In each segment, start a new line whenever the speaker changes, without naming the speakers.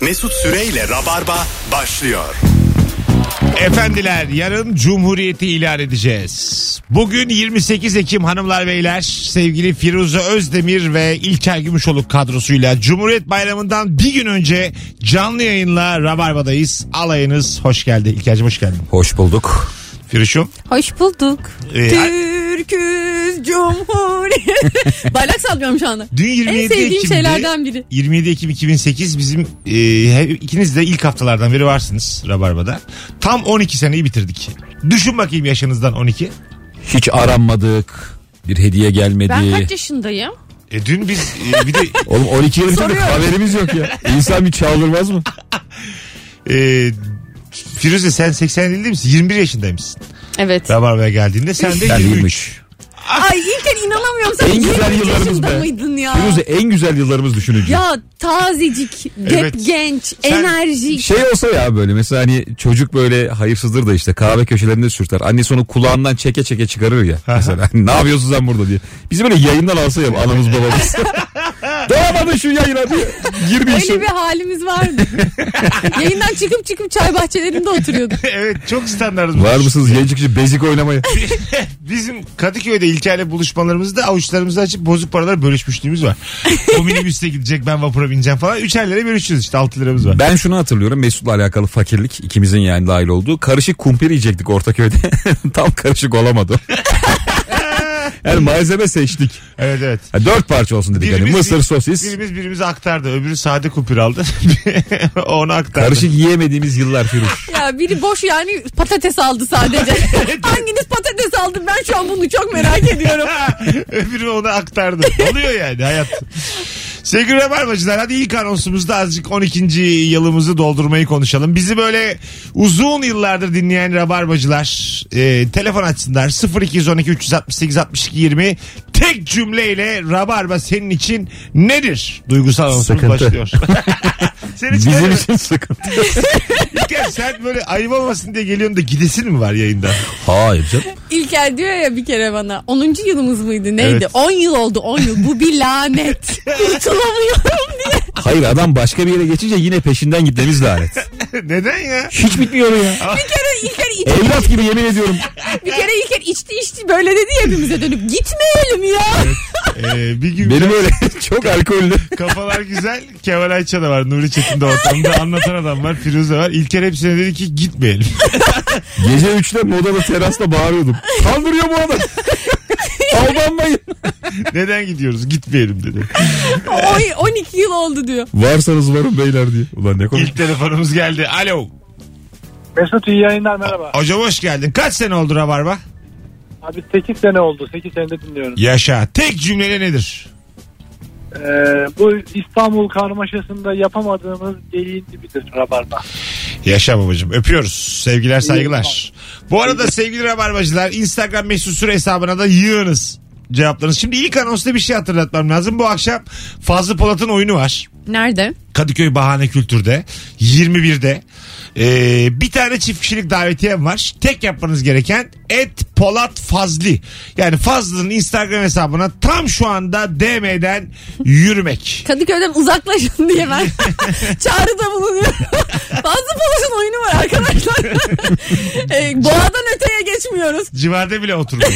Mesut Süreyle Rabarba başlıyor.
Efendiler yarın Cumhuriyeti ilan edeceğiz. Bugün 28 Ekim hanımlar beyler sevgili Firuze Özdemir ve İlker Gümüşoluk kadrosuyla Cumhuriyet Bayramı'ndan bir gün önce canlı yayınla Rabarba'dayız. Alayınız hoş geldi. İlker'cim hoş geldin.
Hoş bulduk.
Firuş'um.
Hoş bulduk.
Ee,
Türküz Cumhuriyet. Bayrak sallıyorum şu anda.
Dün 27
En sevdiğim
Ekim'de-
şeylerden biri.
27 Ekim 2008 bizim e, he- ikiniz de ilk haftalardan biri varsınız Rabarba'da. Tam 12 seneyi bitirdik. Düşün bakayım yaşınızdan 12.
Hiç aranmadık. Bir hediye gelmedi.
Ben
Ee,
kaç yaşındayım?
E, dün biz e, bir de
Oğlum 12 yıl bitirdik haberimiz yok ya. İnsan bir çağırmaz mı?
E, Firuze sen 80 değil misin? 21 yaşındaymışsın.
Evet.
Rabarba'ya geldiğinde sen de
Ben
23.
23.
Ay İlker inanamıyorum sen.
En güzel
23
yıllarımız
yaşında
be.
mıydın ya?
Firuze en güzel yıllarımız düşününce.
Ya tazecik, hep
Evet.
genç,
Sen-
enerjik.
Şey olsa ya böyle mesela hani çocuk böyle hayırsızdır da işte kahve köşelerinde sürter. Annesi onu kulağından çeke çeke çıkarır ya. Mesela ne yapıyorsun sen burada diye. Bizi böyle yayından alsa ya anamız babamız. Doğamadın şu yayına diye. Gir bir işe.
Öyle bir halimiz vardı. Yayından çıkıp çıkıp çay bahçelerinde oturuyorduk.
evet çok standartız.
Var mısınız genç kişi bezik oynamaya?
Bizim Kadıköy'de İlker'le buluşmalarımızda avuçlarımızı açıp bozuk paralar bölüşmüşlüğümüz var. o minibüste gidecek ben vapura bineceğim falan. Üçerlere bölüşürüz işte 6 liramız var.
Ben şunu hatırlıyorum Mesut'la alakalı fakirlik ikimizin yani dahil olduğu. Karışık kumpir yiyecektik Ortaköy'de. Tam karışık olamadı. yani malzeme seçtik.
Evet evet.
Ha, dört parça olsun dedik hani mısır sosis.
Birimiz birimize aktardı. Öbürü sade kupür aldı. Onu aktardı.
Karışık yiyemediğimiz yıllar Firuş.
Ya biri boş yani patates aldı sadece. Hanginiz patates aldı? Ben şu an bunu çok merak ediyorum.
Öbürü ona aktardı. Oluyor yani hayat. Sevgili Rabarbacılar hadi ilk anonsumuzda azıcık 12. yılımızı doldurmayı konuşalım. Bizi böyle uzun yıllardır dinleyen Rabarbacılar e, telefon açsınlar 0212 368 62 20 tek cümleyle Rabarba senin için nedir? Duygusal anonsumuz
Sıkıntı.
başlıyor. Senin için
Bizim
nedir?
için sıkıntı.
İlker, sen böyle ayıp olmasın diye geliyorsun da gidesin mi var yayında?
Hayır canım.
İlker diyor ya bir kere bana 10. yılımız mıydı neydi?
Evet.
10 yıl oldu 10 yıl bu bir lanet. Kurtulamıyorum diye.
Hayır adam başka bir yere geçince yine peşinden gitmemiz lanet.
Neden ya?
Hiç bitmiyor ya.
Bir kere İlker, iç-
Evlat gibi yemin ediyorum.
bir kere İlker içti içti böyle dedi ya hepimize dönüp gitmeyelim ya.
Ee, bir gün
Benim öyle çok alkollü.
Kafalar güzel. Kemal Ayça da var. Nuri Çetin de ortamda. Anlatan adam var. Firuze var. İlker hepsine dedi ki gitmeyelim.
Gece üçte modada terasta bağırıyordum. Kaldırıyor bu adam. Aldanmayın.
Neden gidiyoruz? Gitmeyelim dedi.
O- 12 yıl oldu diyor.
Varsanız varın beyler diye. Ulan ne komik.
İlk telefonumuz geldi. Alo.
Mesut iyi yayınlar merhaba.
Hocam hoş geldin. Kaç sene oldu Rabarba?
Abi 8 sene oldu. 8 senede dinliyorum.
Yaşa. Tek cümlele nedir?
Ee, bu İstanbul karmaşasında yapamadığımız deliğin dibidir Rabarba.
Yaşa babacığım. Öpüyoruz. Sevgiler saygılar. Bu arada sevgili Rabarbacılar Instagram mesut süre hesabına da yığınız cevaplarınız. Şimdi ilk anonsta bir şey hatırlatmam lazım. Bu akşam Fazlı Polat'ın oyunu var.
Nerede?
Kadıköy Bahane Kültür'de 21'de Ee, bir tane çift kişilik davetiyem var. Tek yapmanız gereken et Polat Fazli. Yani Fazlı'nın Instagram hesabına tam şu anda DM'den yürümek.
Kadıköy'den uzaklaşın diye ben çağrıda bulunuyorum. Fazla Polat'ın oyunu var arkadaşlar. e, boğadan öteye geçmiyoruz.
Civarda bile oturmayın.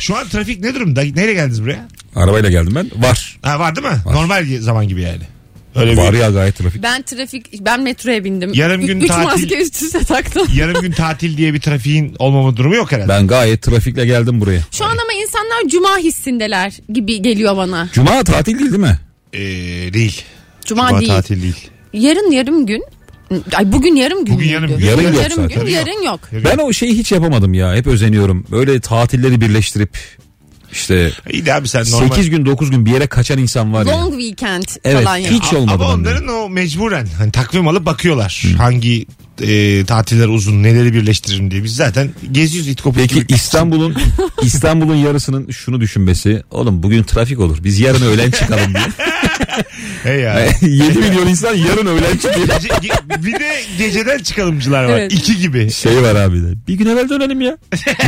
şu an trafik ne durumda? Nereye geldiniz buraya?
Arabayla geldim ben. Var.
Ha, var değil mi? Normal zaman gibi yani. Öyle
Var
bir...
ya gayet trafik.
Ben trafik, ben metroya bindim.
Yarım gün
Üç
tatil.
maske üst üste taktım.
Yarım gün tatil diye bir trafiğin olmama durumu yok herhalde.
Ben gayet trafikle geldim buraya.
Şu an ama insanlar cuma hissindeler gibi geliyor bana.
Cuma tatil değil değil mi?
Ee, değil.
Cuma,
Cuma
değil.
tatil değil.
Yarın yarım gün. Ay bugün yarım gün.
Bugün
müydü?
yarım gün.
Yarın yok
yarım
zaten.
gün, yarın yok.
Ben o şeyi hiç yapamadım ya. Hep özeniyorum. Böyle tatilleri birleştirip işte
İyi de abi sen E, normal.
8 gün 9 gün bir yere kaçan insan var ya.
Long weekend
Evet
falan yani.
hiç olmadı
Ama
bende.
onların o mecburen hani takvim alıp bakıyorlar. Hangi e, tatiller uzun neleri birleştiririm diye. Biz zaten geziyoruz it kopuk
Peki
gibi.
İstanbul'un İstanbul'un yarısının şunu düşünmesi. Oğlum bugün trafik olur. Biz yarın öğlen çıkalım diye.
Hey ya.
7 milyon insan yarın öğlen çıkıyor.
Gece- ge- bir de geceden çıkalımcılar var.
Evet.
İki gibi.
Şey var abi de. Bir gün evvel dönelim ya.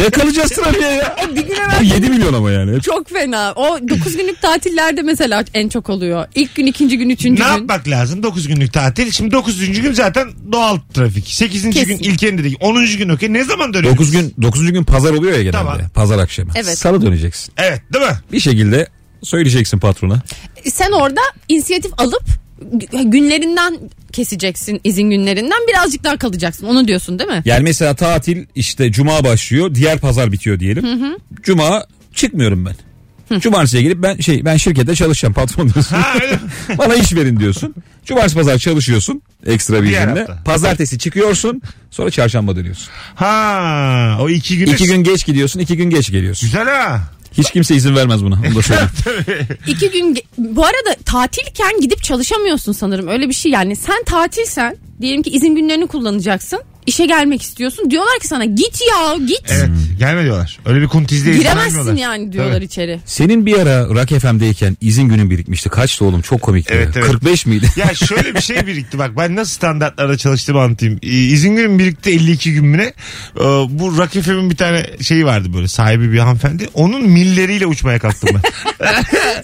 Ne kalacağız trafiğe ya?
Bir gün
Bu
evvel
7 milyon ama yani.
çok fena. O 9 günlük tatillerde mesela en çok oluyor. İlk gün, ikinci gün, üçüncü
Ne
gün.
yapmak lazım? 9 günlük tatil. Şimdi 9. gün zaten doğal trafik. 8. gün
Kesin.
ilken dedik. 10. gün okey. Ne zaman dönüyoruz?
9 gün 9. gün pazar oluyor ya genelde.
Tamam.
Pazar akşamı.
Evet.
Salı döneceksin.
Evet değil mi?
Bir şekilde söyleyeceksin patrona.
Sen orada inisiyatif alıp gü- günlerinden keseceksin izin günlerinden birazcık daha kalacaksın onu diyorsun değil mi?
Yani mesela tatil işte cuma başlıyor, diğer pazar bitiyor diyelim. Cuma çıkmıyorum ben. Cumartesiye gelip ben şey ben şirkette çalışacağım patron diyorsun.
Ha, öyle mi?
Bana iş verin diyorsun. Cumartesi pazar çalışıyorsun ekstra bir
Diğer
izinle.
hafta.
Pazartesi çıkıyorsun sonra çarşamba dönüyorsun.
ha o 2 gün.
İki gün geç gidiyorsun iki gün geç geliyorsun.
Güzel ha.
Hiç kimse izin vermez buna onu da söyleyeyim.
İki gün ge- bu arada tatilken gidip çalışamıyorsun sanırım öyle bir şey yani sen tatilsen diyelim ki izin günlerini kullanacaksın işe gelmek istiyorsun diyorlar ki sana git ya git
Evet.
Hmm.
Gelme diyorlar. Öyle bir kuntizde izin
giremezsin
vermiyorlar.
yani diyorlar
Tabii.
içeri.
Senin bir ara Rock FM'deyken izin günün birikmişti. Kaçtı oğlum çok komikti.
Evet, evet.
45 miydi?
Ya şöyle bir şey birikti bak ben nasıl standartlarda çalıştığımı anlatayım. Ee, İzin günüm birikti 52 gününe. Ee, Bu Rock FM'in bir tane şeyi vardı böyle sahibi bir hanımefendi. Onun milleriyle uçmaya kalktım ben.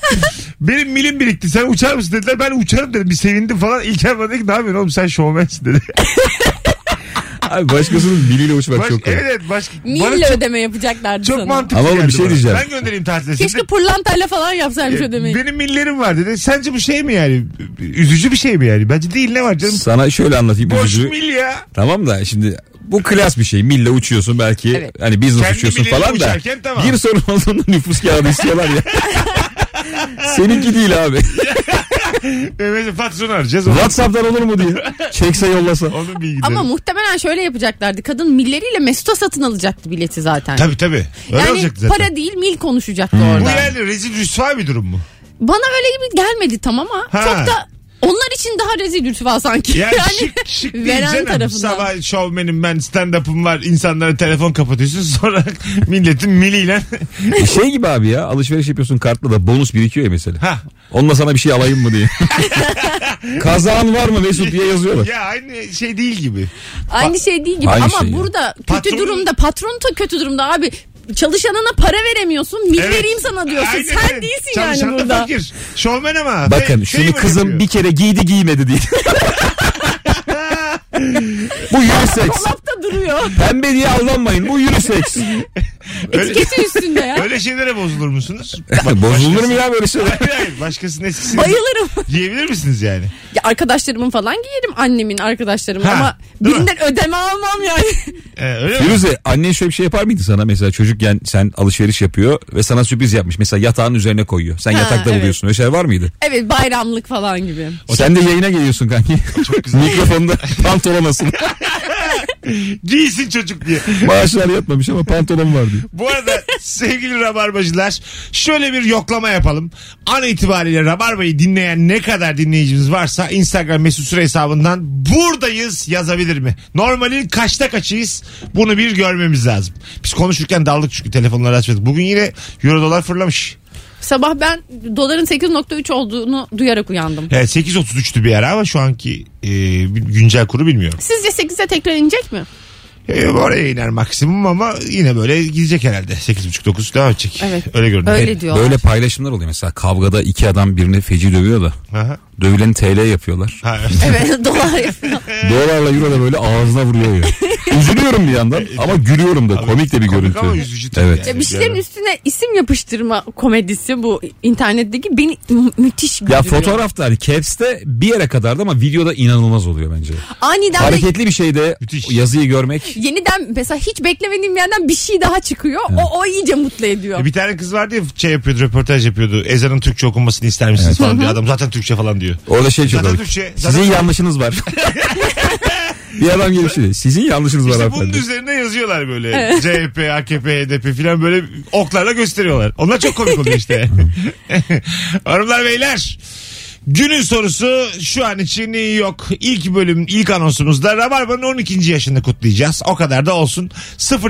Benim milim birikti sen uçar mısın dediler. Ben uçarım dedim bir sevindim falan. İlker bana dedi ki ne yapıyorsun oğlum sen şovmensin dedi.
Abi başkasının biliyle uçmak
Baş,
çok komik.
evet evet, baş, bana
Mille
çok,
ödeme yapacaklardı
çok
sana.
mantıklı
Ama oğlum bir
geldi
şey
bana.
diyeceğim.
Ben göndereyim tatile.
Keşke
Dedi,
pırlantayla falan yapsaymış
"E,
ödemeyi.
Benim millerim var dedi. Sence bu şey mi yani? Üzücü bir şey mi yani? Bence değil ne var canım?
Sana şöyle anlatayım.
Boş
üzücü.
mil ya.
Tamam da şimdi bu klas bir şey. Mille uçuyorsun belki.
Evet.
Hani business
Kendi
uçuyorsun
bileğiyle
falan da.
uçarken tamam.
Bir sorun olduğunda nüfus kağıdı istiyorlar ya. Seninki değil abi.
Evet patronu arayacağız.
Whatsapp'tan olur mu diye. Çekse yollasa.
Onun bilgileri.
Ama muhtemelen şöyle yapacaklardı. Kadın milleriyle Mesut'a satın alacaktı bileti zaten.
Tabii tabii. Öyle
yani
olacaktı zaten. Hmm.
para değil mil konuşacaktı
Bu
orada.
yani rezil rüsva bir durum mu?
Bana öyle gibi gelmedi tamam ama
Ha.
çok da onlar için daha rezil rütva sanki.
Ya
yani
şık şık değil
veren
canım.
tarafından.
Sabah şovmenim ben stand up'ım var. İnsanlara telefon kapatıyorsun sonra milletin miliyle.
E şey gibi abi ya alışveriş yapıyorsun kartla da bonus birikiyor ya mesela.
Ha.
Onunla sana bir şey alayım mı diye. Kazağın var mı Mesut diye yazıyorlar.
ya aynı şey değil gibi.
Aynı şey değil gibi
Aynı
ama
şey ya.
burada kötü
Patron-
durumda patron da kötü durumda abi. Çalışanına para veremiyorsun mil
Evet.
vereyim sana diyorsun.
Aynen
Sen
öyle.
değilsin
Çalışan
yani
da
burada.
Fakir. Şovmen ama.
Bakın
Ve
şunu
şey mi
kızım
yapıyor?
bir kere giydi giymedi diye. Bu unisex.
Dolapta duruyor.
Pembe diye aldanmayın. Bu unisex.
Öyle,
Etiketi üstünde ya.
öyle şeylere bozulur musunuz?
Bozulur
şey.
mu ya böyle şeyler?
Hayır hayır. Başkasının eskisini
Bayılırım.
giyebilir misiniz yani?
Ya arkadaşlarımın falan giyerim annemin arkadaşlarımın
Ha,
ama
değil mi?
birinden ödeme almam yani.
Ee, öyle mi?
Firuze annen şöyle bir şey yapar mıydı sana mesela çocukken sen alışveriş yapıyor ve sana sürpriz yapmış. Mesela yatağın üzerine koyuyor. Sen
Ha,
yatakta
evet.
buluyorsun. Öyle şey var mıydı?
evet bayramlık falan gibi.
Sen de yayına geliyorsun kanki. Mikrofonda pantolon asılı.
Giysin çocuk diye.
Maaşlar yatmamış ama pantolon var diyor.
Bu arada sevgili rabarbacılar şöyle bir yoklama yapalım. An itibariyle rabarbayı dinleyen ne kadar dinleyicimiz varsa Instagram mesut süre hesabından buradayız yazabilir mi? Normalin kaçta kaçıyız bunu bir görmemiz lazım. Biz konuşurken daldık çünkü telefonları açmadık. Bugün yine euro dolar fırlamış.
Sabah ben doların 8.3 olduğunu duyarak uyandım.
Evet 8.33'tü bir ara ama şu anki e, güncel kuru bilmiyorum.
Sizce 8'e tekrar inecek mi?
E, oraya iner maksimum ama yine böyle gidecek herhalde. 8.5-9 devam edecek.
Evet.
Öyle görünüyor.
Öyle diyorlar.
E, Böyle paylaşımlar oluyor mesela kavgada iki adam birini feci dövüyor da
Aha.
dövülen TL yapıyorlar.
Ha,
Evet dolar yapıyor.
E.
Dolarla euro da böyle ağzına vuruyor ya. Üzülüyorum bir yandan ama gülüyorum da komik de bir
E, komik
görüntü.
ama üzücü tabii
evet.
yani.
Ya bir şeylerin üstüne isim yapıştırma komedisi bu internetteki beni mü- müthiş
Ya
güldürüyor.
fotoğrafta hani caps'te bir yere kadardı ama videoda inanılmaz oluyor bence.
Aniden böyle
Hareketli bir şeyde
Müthiş.
yazıyı görmek.
yeniden mesela hiç beklemediğim bir yerden bir şey daha çıkıyor. O, o iyice mutlu ediyor.
E bir tane kız vardı ya şey yapıyordu röportaj yapıyordu. Ezan'ın Türkçe okunmasını ister misiniz falan diyor. Adam zaten Türkçe falan diyor.
Orada şey çok
Zaten
komik.
Türkçe, zaten-
Sizin yanlışınız var. bir adam gelip şey diyor, Sizin yanlışınız var
İşte bunun
hanımefendi.
üzerine yazıyorlar böyle. CHP, AKP, HDP filan böyle oklarla gösteriyorlar. Onlar çok komik oluyor işte. Hanımlar beyler. Günün sorusu şu an için yok. İlk bölüm ilk anonsumuzda Rabarba'nın 12. yaşını kutlayacağız. O kadar da olsun.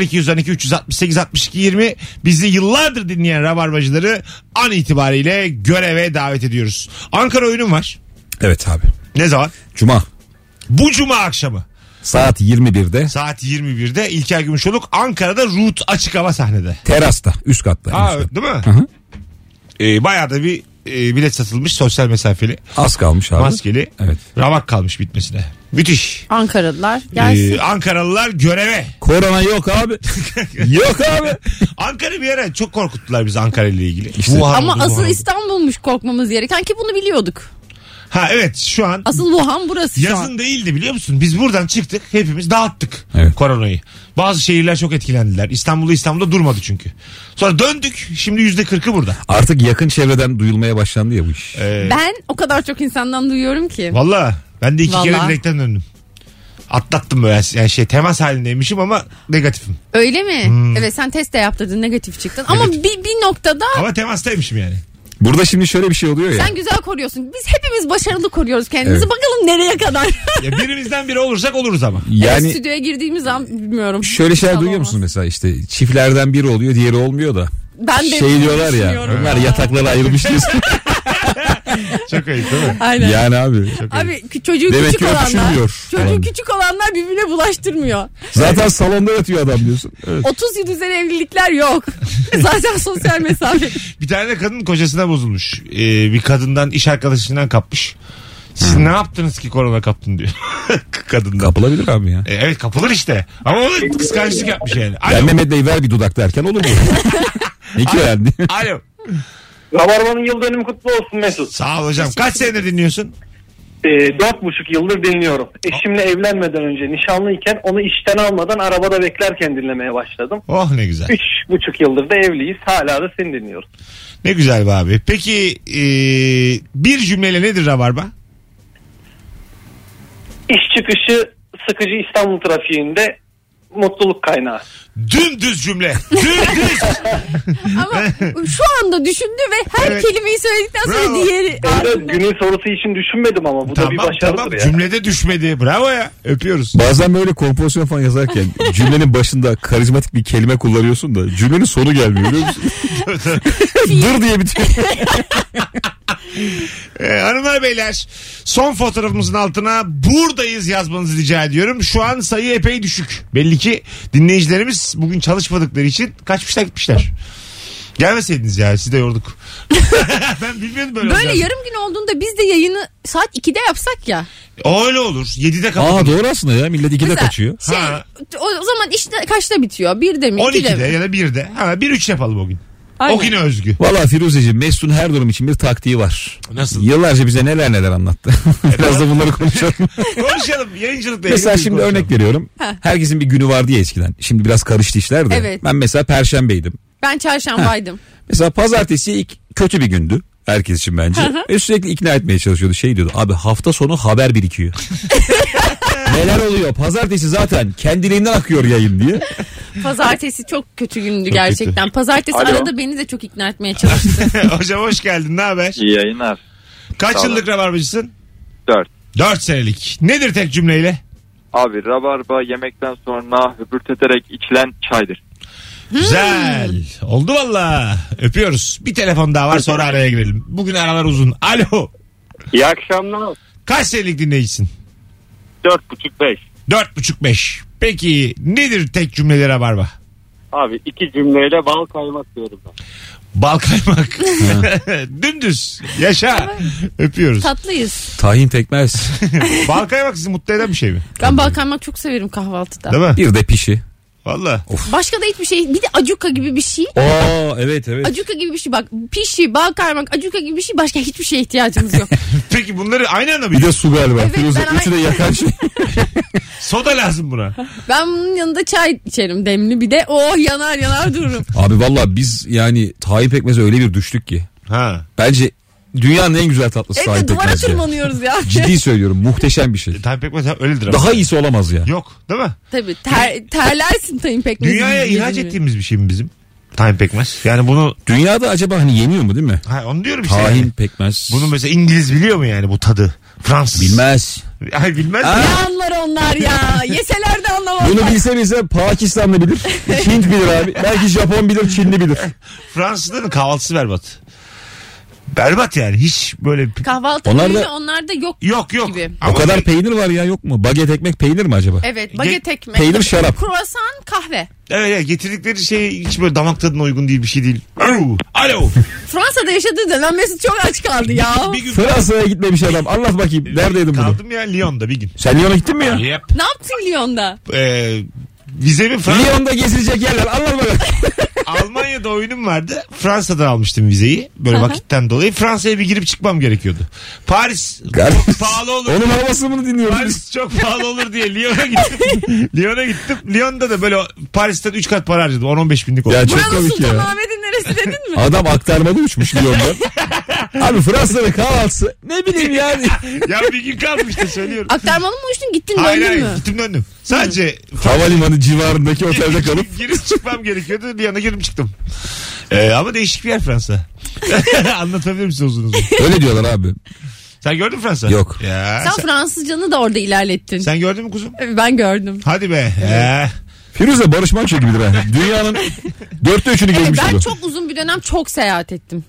0212 368 62 20 bizi yıllardır dinleyen Rabarbacıları an itibariyle göreve davet ediyoruz. Ankara oyunum var.
Evet abi.
Ne zaman?
Cuma
Bu cuma akşamı
saat 21'de
saat 21'de İlker Gümüşoluk Ankara'da Root açık hava sahnede.
terasta üst katta.
Aa,
üst katta.
evet, değil mi?
hı.
Ee, bayağı da bir e, bilet satılmış sosyal mesafeli,
Az kalmış abi.
maskeli.
Evet.
Ramak kalmış bitmesine. Müthiş.
Ankaralılar gelsin.
Ee, Ankaralılar göreve.
Korona yok abi. yok abi.
Ankara bir ara çok korkuttular bizi Ankara ile ilgili.
İşte.
Ama
Wuhan.
asıl İstanbul'muş korkmamız gereken ki bunu biliyorduk.
Ha evet şu an
Asıl Wuhan burası şu an.
yazın değildi biliyor musun? Biz buradan çıktık hepimiz dağıttık
Evet.
koronayı. Bazı şehirler çok etkilendiler. İstanbul'da İstanbul'da durmadı çünkü. Sonra döndük şimdi yüzde kırkı burada.
Artık yakın çevreden duyulmaya başlandı ya bu iş.
Ee,
Ben o kadar çok insandan duyuyorum ki.
Valla ben de iki kere
Vallahi.
direkten döndüm. Atlattım böyle yani şey temas halindeymişim ama negatifim.
Öyle mi?
Hmm.
Evet sen test de yaptırdın negatif çıktın. Ama bir, bir noktada
Ama temastaymışım yani.
Burada şimdi şöyle bir şey oluyor ya.
sen güzel koruyorsun. Biz hepimiz başarılı koruyoruz kendimizi.
Evet.
Bakalım nereye kadar.
Ya birimizden biri olursak oluruz ama.
Yani
Evet, stüdyoya girdiğimiz zaman bilmiyorum.
şöyle şeyler
İnşallah
duyuyor
olmaz.
musunuz mesela işte çiftlerden biri oluyor diğeri olmuyor da.
Ben de
şey diyorlar ya
düşünüyorum
bunlar yatakları ayırmış diyorsun.
Çok ayıp değil mi?
Aynen.
yani abi.
Abi kü- çocuğu
Demek ki
küçük olanlar.
öpüşülmüyor.
Çocuğu küçük olanlar birbirine bulaştırmıyor.
Zaten salonda yatıyor adam diyorsun.
30 yıl üzeri evlilikler yok. Zaten sosyal mesafe.
Bir tane de kadın kocasına bozulmuş. Ee, bir kadından iş arkadaşından kapmış. Siz ne yaptınız ki korona kaptın diyor. Kadından.
Kapılabilir abi ya.
E, evet kapılır işte. Ama o da kıskançlık yapmış yani.
Ya
Alo.
Mehmet Bey ver bir dudak derken olur mu? ne ki verdi?
Alo.
Rabarba'nın yıl dönümü kutlu olsun Mesut.
Sağ ol hocam. Kaç senedir dinliyorsun?
Ee, Dört buçuk yıldır dinliyorum. Eşimle evlenmeden önce nişanlıyken onu işten almadan arabada beklerken dinlemeye başladım.
Oh ne güzel.
Üç buçuk yıldır da evliyiz. Hala da seni dinliyoruz.
Ne güzel be abi. Peki e, bir cümleyle nedir Rabarba?
İş çıkışı sıkıcı İstanbul trafiğinde mutluluk kaynağı.
Dümdüz cümle. Dümdüz.
Ama şu anda düşündü ve her
Evet.
kelimeyi söyledikten sonra
Bravo.
diğeri
Burada günün sorusu için düşünmedim ama bu da bir
tamam
başarıdır
tamam.
ya.
Cümlede düşmedi. Bravo ya. Öpüyoruz.
Bazen böyle kompozisyon falan yazarken cümlenin başında karizmatik bir kelime kullanıyorsun da cümlenin sonu gelmiyor biliyor musun? Dır diye şey bitiyor.
Ee, hanımlar beyler son fotoğrafımızın altına buradayız yazmanızı rica ediyorum. Şu an sayı epey düşük. Belli ki dinleyicilerimiz bugün çalışmadıkları için kaçmışlar gitmişler. Gelmeseydiniz ya siz de yorduk. ben bilmiyordum böyle,
böyle
olacağını.
yarım gün olduğunda biz de yayını saat 2'de yapsak ya.
Öyle olur. 7'de
Aa
kapatın.
doğru aslında ya millet ikide
Mesela
kaçıyor.
Şey,
Ha.
o, o zaman işte kaçta bitiyor? 1'de mi? 2'de
12'de
mi?
ya da 1'de. Ha 1-3 yapalım o gün.
Aynen.
O güne özgü.
Valla Firuzeciğim Mesut'un her durum için bir taktiği var.
Nasıl?
Yıllarca bize neler neler anlattı. Biraz da bunları konuşalım.
Konuşalım. Yayıncılıkla ilgili
mesela
bir
şimdi
konuşalım.
örnek veriyorum.
Ha.
Herkesin bir günü vardı ya eskiden. Şimdi biraz karıştı işler de.
Evet.
Ben mesela perşembeydim.
Ben çarşambaydım.
Mesela pazartesi ilk kötü bir gündü. Herkes için bence. Ve sürekli ikna etmeye çalışıyordu. Şey diyordu abi hafta sonu haber birikiyor. Neler oluyor? Pazartesi zaten kendiliğinden akıyor yayın diye.
Pazartesi çok kötü gündü
Çok
gerçekten. Pazartesi
Alo.
arada beni de çok ikna etmeye çalıştı.
Hocam hoş geldin. Ne haber?
İyi yayınlar.
Kaç
Sağ olun.
yıllık rabarbacısın?
4.
4 senelik. Nedir tek cümleyle?
Abi rabarba yemekten sonra hübürt ederek içilen çaydır.
Güzel. Oldu valla. Öpüyoruz. Bir telefon daha var sonra araya girelim. Bugün aralar uzun. Alo.
İyi akşamlar.
Kaç senelik dinleyicisin?
4.5-5.
Dört buçuk beş. Peki nedir tek cümleleri rabarba?
Abi iki cümleyle bal kaymak diyorum ben.
Bal kaymak. Dümdüz. Yaşa. Öpüyoruz.
Tatlıyız.
Tahin pekmez.
Bal kaymak sizi mutlu eden bir şey mi?
Ben bal kaymak çok severim kahvaltıda.
Değil mi?
bir de pişi.
Valla.
Başka da hiçbir şey. Bir de acuka gibi bir şey.
Oo evet evet.
Acuka gibi bir şey bak. Pişi, bal kaymak, acuka gibi bir şey. Başka hiçbir şeye ihtiyacımız yok.
Peki bunları aynı anda mı?
Bir de su galiba.
Evet,
Firuze
ben
üçü de yakan şey.
Soda lazım buna.
Ben bunun yanında çay içerim demli bir de. Oh yanar yanar dururum.
Abi valla biz yani tahin pekmeze öyle bir düştük ki.
Ha.
Bence dünyanın en güzel tatlısı tahin
Evde duvara
pekmez. ya.
tırmanıyoruz ya.
Ciddi söylüyorum muhteşem bir şey.
Tayyip pekmez ha, öyledir ama.
Daha iyisi olamaz ya.
Yok değil mi?
Tabii ter, terlersin tayin pekmezi.
Dünyaya
yediğini.
ihraç ettiğimiz bir şey mi bizim? Tahin pekmez. Yani bunu
Dünyada acaba hani yeniyor mu değil mi?
ha, onu diyorum işte.
Tahin
yani.
pekmez.
Bunu mesela İngiliz biliyor mu yani bu tadı? Fransız.
bilmez.
Ay bilmez.
Aa.
mi?
Ne anlar onlar ya. Yeseler de anlamazlar.
Bunu bilse bilse Pakistanlı bilir. Hint bilir abi. Belki Japon bilir, Çinli bilir.
Fransızların kahvaltısı berbat. Berbat yani. Hiç böyle
Kahvaltı
Onlar
Onlar
da-
onlarda yok.
yok yok.
Gibi.
Ama
o kadar peynir var ya yok mu? Baget ekmek peynir mi acaba?
Evet baget
Ge-
ekmek.
peynir, şarap.
Kruvasan kahve.
Evet, evet, getirdikleri şey hiç böyle damak tadına uygun değil bir şey değil. Alo. Alo.
Fransa'da yaşadığı dönem Mesut çok aç kaldı ya.
bir gün
Fransa'ya gitmemiş adam. Anlat bakayım. Neredeydin bunu?
kaldım ya Lyon'da bir gün.
Sen Lyon'a gittin mi ya?
Yep.
Ne yaptın Lyon'da?
Ee, vizemi Fransa
Lyon'da gezilecek yerler. Anlat bakalım.
Almanya'da oyunum vardı. Fransa'dan almıştım vizeyi. Böyle vakitten dolayı Fransa'ya bir girip çıkmam gerekiyordu. Paris çok pahalı olur.
Onun havasını bunu dinliyoruz.
Paris çok pahalı olur diye Lyon'a gittim. Lyon'a gittim. Lyon'da da böyle Paris'ten 3 kat para harcadım. 10-15 binlik oldu.
Ya çok
Buranın
komik ya.
Sultanahmet'in neresi dedin mi?
Adam aktarmalı uçmuş Lyon'dan. Abi Fransa'da kahvaltısı ne bileyim yani.
ya bir gün kalmıştı söylüyorum.
Aktarmalı mı uçtun gittin
Hayır
döndün
hayır
mü?
gittim döndüm. Sadece
Havalimanı civarındaki otelde kalıp
girip çıkmam gerekiyordu. Bir yana girip çıktım. Ee, ama değişik bir yer Fransa. Anlatabilir misin uzun uzun?
öyle diyorlar abi.
Sen gördün mü Fransa?
Yok.
Ya,
Sen
sen,
Fransızcanı da orada ilerlettin. Ee,
sen gördün mü kuzum?
Ben gördüm.
Hadi be. Ee,
Firuze Barış Manço gibidir ha. Dünyanın dörtte üçünü
Evet,
gezmiş
ben
gibi.
çok uzun bir dönem çok seyahat ettim.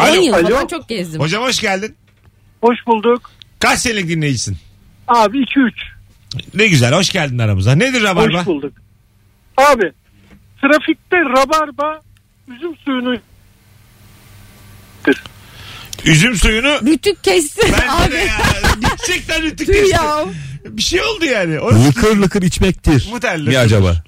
10
Alo,
yıl
alo.
falan çok gezdim.
hocam hoş geldin.
Hoş bulduk.
Kaç senelik dinleyicisin?
Abi 2-3.
Ne güzel hoş geldin aramıza. Nedir rabarba?
Hoş bulduk. Abi trafikte rabarba üzüm suyunu
Üzüm suyunu
Rütük kesti
ben de
abi.
ya. Gerçekten rütük
Tüh
geçti.
ya.
Bir şey oldu yani. Orası
Lıkır lıkır içmektir.
Muhtemelen.
Ne acaba?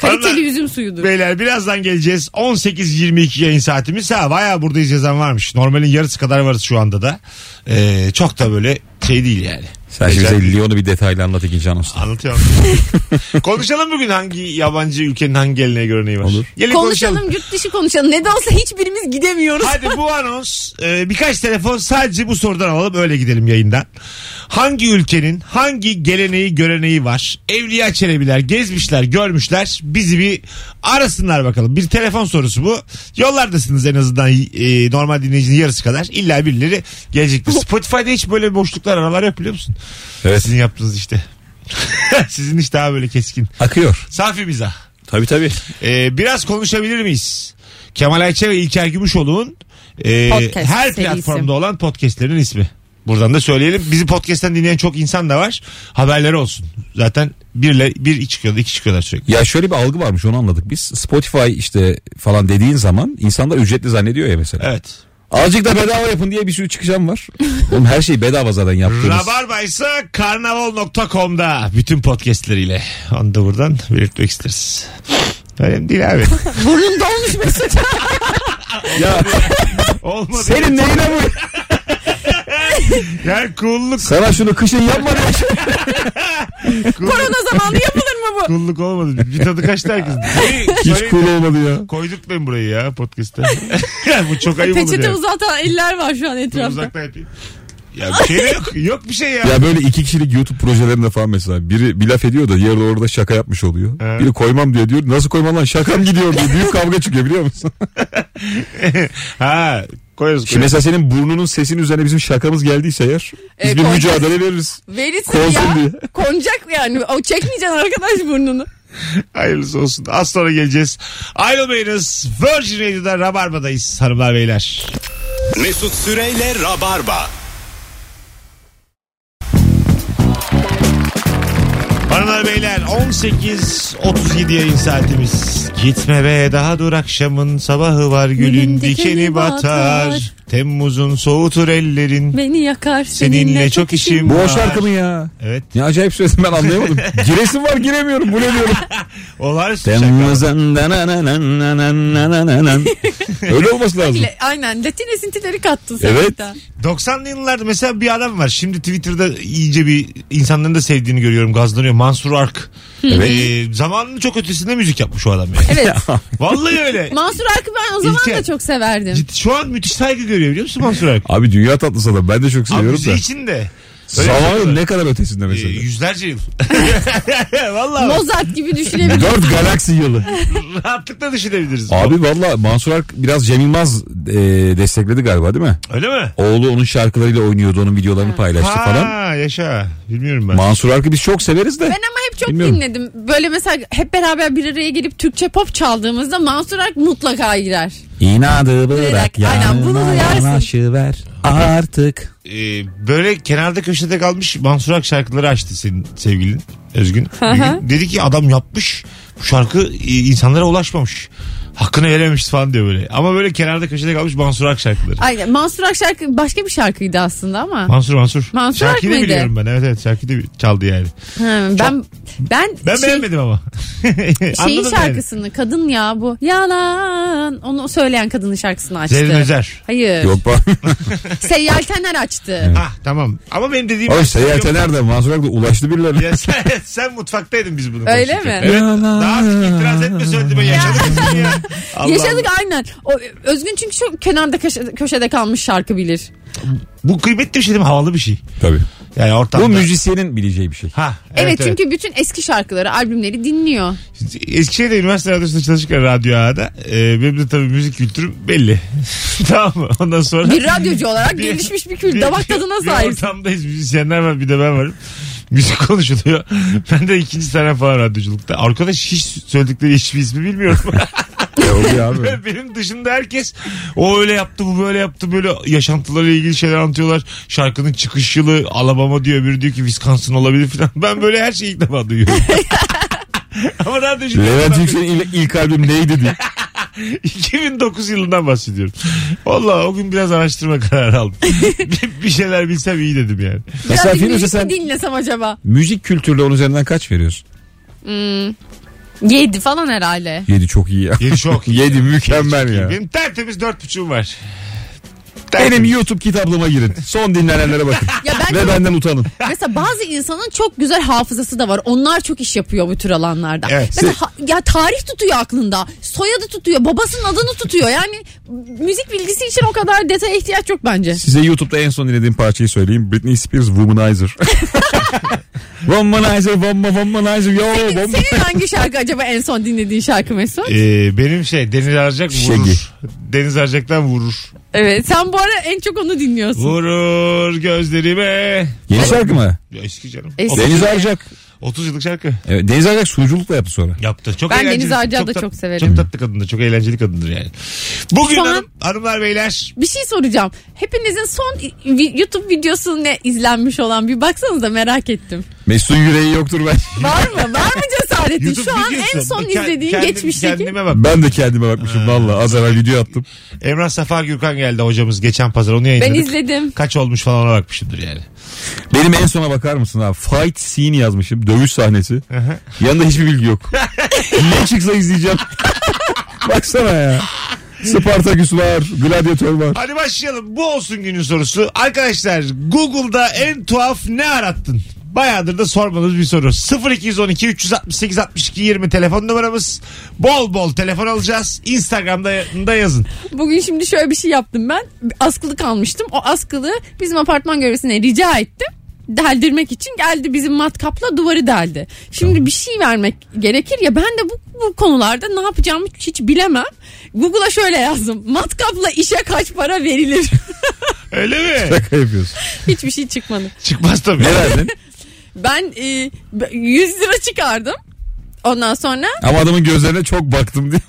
Kaliteli
Vallahi-
üzüm suyudur.
Beyler birazdan geleceğiz. 18.22 yayın saatimiz. Ha bayağı buradayız yazan varmış. Normalin yarısı kadar varız şu anda da. Ee, çok da böyle şey değil yani.
Sen
Güzel.
şimdi bize Lyon'u bir detaylı anlat ikinci anonsla.
Anlatıyorum. konuşalım bugün hangi yabancı ülkenin hangi eline göre neyi var.
Olur.
Gelin konuşalım.
Konuşalım yurt dışı konuşalım. Ne de olsa hiçbirimiz gidemiyoruz.
Hadi bu anons e, birkaç telefon sadece bu sorudan alalım öyle gidelim yayından. Hangi ülkenin hangi geleneği göreneği var? Evliya Çelebiler gezmişler görmüşler bizi bir arasınlar bakalım. Bir telefon sorusu bu. Yollardasınız en azından e, normal dinleyicinin yarısı kadar. İlla birileri gelecektir. Spotify'da hiç böyle boşluklar aralar yok biliyor musun?
Evet.
Sizin yaptığınız işte. Sizin iş daha böyle keskin.
Akıyor.
Safi mizah.
Tabii tabii.
Ee, biraz konuşabilir miyiz? Kemal Ayça ve İlker Gümüşoğlu'nun e,
Podcast
her
serisi.
platformda olan podcastlerin ismi. Buradan da söyleyelim. Bizi podcast'ten dinleyen çok insan da var. Haberleri olsun. Zaten birle bir çıkıyor, iki çıkıyorlar sürekli.
Ya şöyle bir algı varmış onu anladık biz. Spotify işte falan dediğin zaman insanlar ücretli zannediyor ya mesela.
Evet.
Azıcık da bedava yapın diye bir sürü çıkacağım var. Oğlum her şey bedava zaten yaptığınız.
Rabarba ise karnaval.com'da bütün podcastleriyle. Onu da buradan belirtmek isteriz. Önemli değil abi.
Burnum dolmuş Mesut.
ya
Olmadı.
senin neyine bu?
Yani kulluk,
Sana şunu kışın yapma diye.
kulluk,
Korona zamanı yapılır mı bu?
kulluk olmadı. Bir tadı kaçtı herkes.
Hiç cool olmadı ya.
Koyduk ben burayı ya podcast'te. Bu çok ayıp olur
Peçete
ya.
uzatan eller var şu an
Dur
etrafta.
uzaktan yapayım. Ya bir şey de yok. Yok bir şey ya.
Ya böyle iki kişilik YouTube projelerinde falan mesela biri bir laf ediyor da diğeri de orada şaka yapmış oluyor.
Evet.
Biri koymam diyor diyor. Nasıl koymam lan şakam gidiyor diyor. Büyük kavga çıkıyor biliyor musun?
ha koyarız. koyarız.
Şimdi mesela senin burnunun sesinin üzerine bizim şakamız geldiyse eğer biz
Evet,
bir
koyacağız.
mücadele veririz.
Verirsin
Konsun
ya.
diye.
Konacak yani. O çekmeyeceksin arkadaş burnunu.
Hayırlısı olsun. Az sonra geleceğiz. Ayrılmayınız. Virgin Radio'da Rabarba'dayız hanımlar beyler.
Mesut Süreyle Rabarba.
Hanımlar beyler 18.37 yayın saatimiz. Gitme be daha dur akşamın sabahı var gülün dikeni
Gülün dikeni
batar.
batar.
Temmuz'un soğutur ellerin.
Beni yakar
Seninle
seninle,
çok işim.
Bu
Var.
o şarkı mı ya?
Evet.
Ne acayip söyledim ben anlayamadım. Giresim var giremiyorum bu ne diyorum.
Olağanüstü şaka.
Temmuz'un danananananananananan. Öyle olması lazım.
Le- Aynen Latin esintileri kattın sen
Evet.
hatta.
90'lı yıllarda mesela bir adam var. Şimdi Twitter'da iyice bir insanların da sevdiğini görüyorum. Gazlanıyor. Mansur Ark. Ee, zamanının çok ötesinde müzik yapmış o adam yani.
Evet.
Vallahi öyle.
Mansur Ark'ı ben o zaman
İlker.
da çok severdim.
Ciddi, şu an müthiş saygı görüyor biliyor musun Mansur Ark?
Abi dünya tatlısı adam ben de çok
Abi
seviyorum
müziği
da.
için de.
Zamanın ne kadar ötesinde
Ee,
mesela.
yüzlerce yıl. Vallahi bak,
Mozart gibi düşünebilir.
Dört galaksi yılı.
rahatlıkla düşünebiliriz.
Abi valla Mansur Ark biraz Cem Yılmaz e, destekledi galiba değil mi?
Öyle mi?
Oğlu onun şarkılarıyla oynuyordu onun videolarını paylaştı falan.
Ha yaşa. Bilmiyorum ben.
Mansur Ark'ı biz çok severiz de.
Ben ama hep çok
Bilmiyorum.
dinledim. Böyle mesela hep beraber bir araya gelip Türkçe pop çaldığımızda Mansur Ark mutlaka girer.
İnadı
Bırak, aynen, bunu duyarsın.
ver artık.
Ee, böyle kenarda köşede kalmış Mansur Ak şarkıları açtı senin sevgilin Özgün. Bir gün dedi ki adam yapmış bu şarkı e, insanlara ulaşmamış. Hakkını verememiş falan diyor böyle. Ama böyle kenarda köşede kalmış Mansur Ak şarkıları.
Aynen. Mansur Ark şarkı başka bir şarkıydı aslında ama.
Mansur Mansur.
Mansur Ak
şarkıyı da
mıydı?
biliyorum ben. Evet evet şarkıyı da bi- çaldı yani.
Ha, ben ben,
Ben
şey,
beğenmedim ama.
şeyin
Anladın yani.
şarkısını kadın ya bu. Yalan. Onu söyleyen kadının şarkısını açtı.
Zerrin Özer.
Hayır.
Yok bak.
Seyyal Tener açtı.
Ah tamam. Ama benim dediğim...
Oğlum Seyyar Tener de Mansur Ark da ulaştı birilerine.
Ya sen, sen mutfaktaydın biz bunu
Öyle
konuşurken.
mi?
Evet. Daha itiraz etme söylediğime yaşadık biz bunu ya. Allah
Yaşadık aynen. O, Özgün çünkü çok kenarda köşede, köşede kalmış şarkı bilir.
Bu kıymetli bir şey değil mi? Havalı bir şey.
Tabii.
Yani ortamda.
Bu müzisyenin bileceği bir şey.
Ha,
Evet, çünkü bütün eski şarkıları, albümleri dinliyor.
evet. Eskişehir'de üniversite radyosunda çalışırken radyo ağada e, benim de tabii müzik kültürüm belli. tamam mı? Ondan sonra...
Bir radyocu olarak
Bir-
gelişmiş bir kül,
bir-
damak tadına
Bir
sahip.
ortamdayız müzisyenler var bir de ben varım. Müzik konuşuluyor. Ben de ikinci sene falan radyoculukta. Arkadaş hiç söyledikleri hiçbir ismi bilmiyorum.
Ne oluyor abi?
Benim dışında herkes o öyle yaptı bu böyle yaptı böyle yaşantılarıyla ilgili şeyler anlatıyorlar. Şarkının çıkış yılı Alabama diyor öbürü diyor ki Wisconsin olabilir falan. Ben böyle her şeyi ilk defa duyuyorum. Ama daha düşündüm.
Levent Yüksel'in ilk, ilk albüm neydi diye.
2009 yılından bahsediyorum. Valla o gün biraz araştırma kararı aldım. bir, bir şeyler bilsem iyi dedim yani.
Mesela
Birazcık
Firuze
müzik
sen
dinlesem acaba?
müzik kültürle onun üzerinden kaç veriyorsun?
Yedi falan herhalde.
7 çok iyi ya.
Yedi çok iyi.
7 mükemmel
Çok iyi.
ya.
Benim tertemiz dört buçuğum var.
Benim YouTube kitaplığıma girin. Son dinlenenlere bakın.
Ya ben
Ve benden utanın.
Mesela bazı insanın çok güzel hafızası da var. Onlar çok iş yapıyor bu tür alanlarda.
Evet.
Mesela ha- ya tarih tutuyor aklında. Soyadı tutuyor. Babasının adını tutuyor. Yani müzik bilgisi için o kadar detaya ihtiyaç yok bence.
Size YouTube'da en son dinlediğim parçayı söyleyeyim. Britney Spears Womanizer. womanizer, wom, womanizer, yo, wom.
Senin hangi şarkı acaba en son dinlediğin şarkı Mesut?
Ee, benim şey Deniz Arcak vurur.
Şegi.
Deniz Arcak'tan vurur.
Evet. Sen bu ara en çok onu dinliyorsun.
Vurur gözlerime.
Yeni şarkı mı?
Ya Eski canım.
Eski.
Otuz-
Deniz Arcak.
30 yıllık şarkı
Evet, Deniz Arcak sunuculukla yaptı sonra.
yaptı. Çok
Ben
eğlenceli.
Deniz Arcak'ı da
tat-
çok severim.
Çok tatlı kadındır. Çok eğlenceli kadındır yani. Bugün
Şu an-
hanım, hanımlar beyler.
Bir şey soracağım. Hepinizin son vi- YouTube videosu ne izlenmiş olan bir baksanıza merak ettim.
Mesut'un yüreği yoktur ben.
Var mı? Var mı cesaretin? Şu an en
videosu.
son
Bir ke-
izlediğin
kendim-
geçmişteki.
Kendime bak.
Ben de kendime bakmışım valla. Az evvel video attım.
Emrah Safa Gürkan geldi hocamız geçen pazar onu yayınladık.
Ben izledim.
Kaç olmuş falan ona bakmışımdır yani.
Benim en sona bakar mısın abi? Fight scene yazmışım. Dövüş sahnesi.
hı.
Yanında hiçbir bilgi yok. ne çıksa izleyeceğim. Baksana ya. Spartaküs var. Gladyatör var.
Hadi başlayalım. Bu olsun günün sorusu. Arkadaşlar Google'da en tuhaf ne arattın? Bayağıdır da sormadığımız bir soru. 0212 368 62 20 telefon numaramız. Bol bol telefon alacağız. Instagram'da da yazın.
Bugün şimdi şöyle bir şey yaptım ben. Bir Askılık almıştım. O askılığı bizim apartman görevlisine rica ettim. Deldirmek için geldi bizim matkapla duvarı deldi. Şimdi bir şey vermek gerekir ya ben de bu, bu konularda ne yapacağımı hiç bilemem. Google'a şöyle yazdım. Matkapla işe kaç para verilir?
Öyle mi?
Şaka yapıyorsun.
Hiçbir şey çıkmadı.
Çıkmaz tabii.
Ne verdin?
Ben e, 100 lira çıkardım. Ondan sonra
Ama adamın gözlerine çok baktım diye.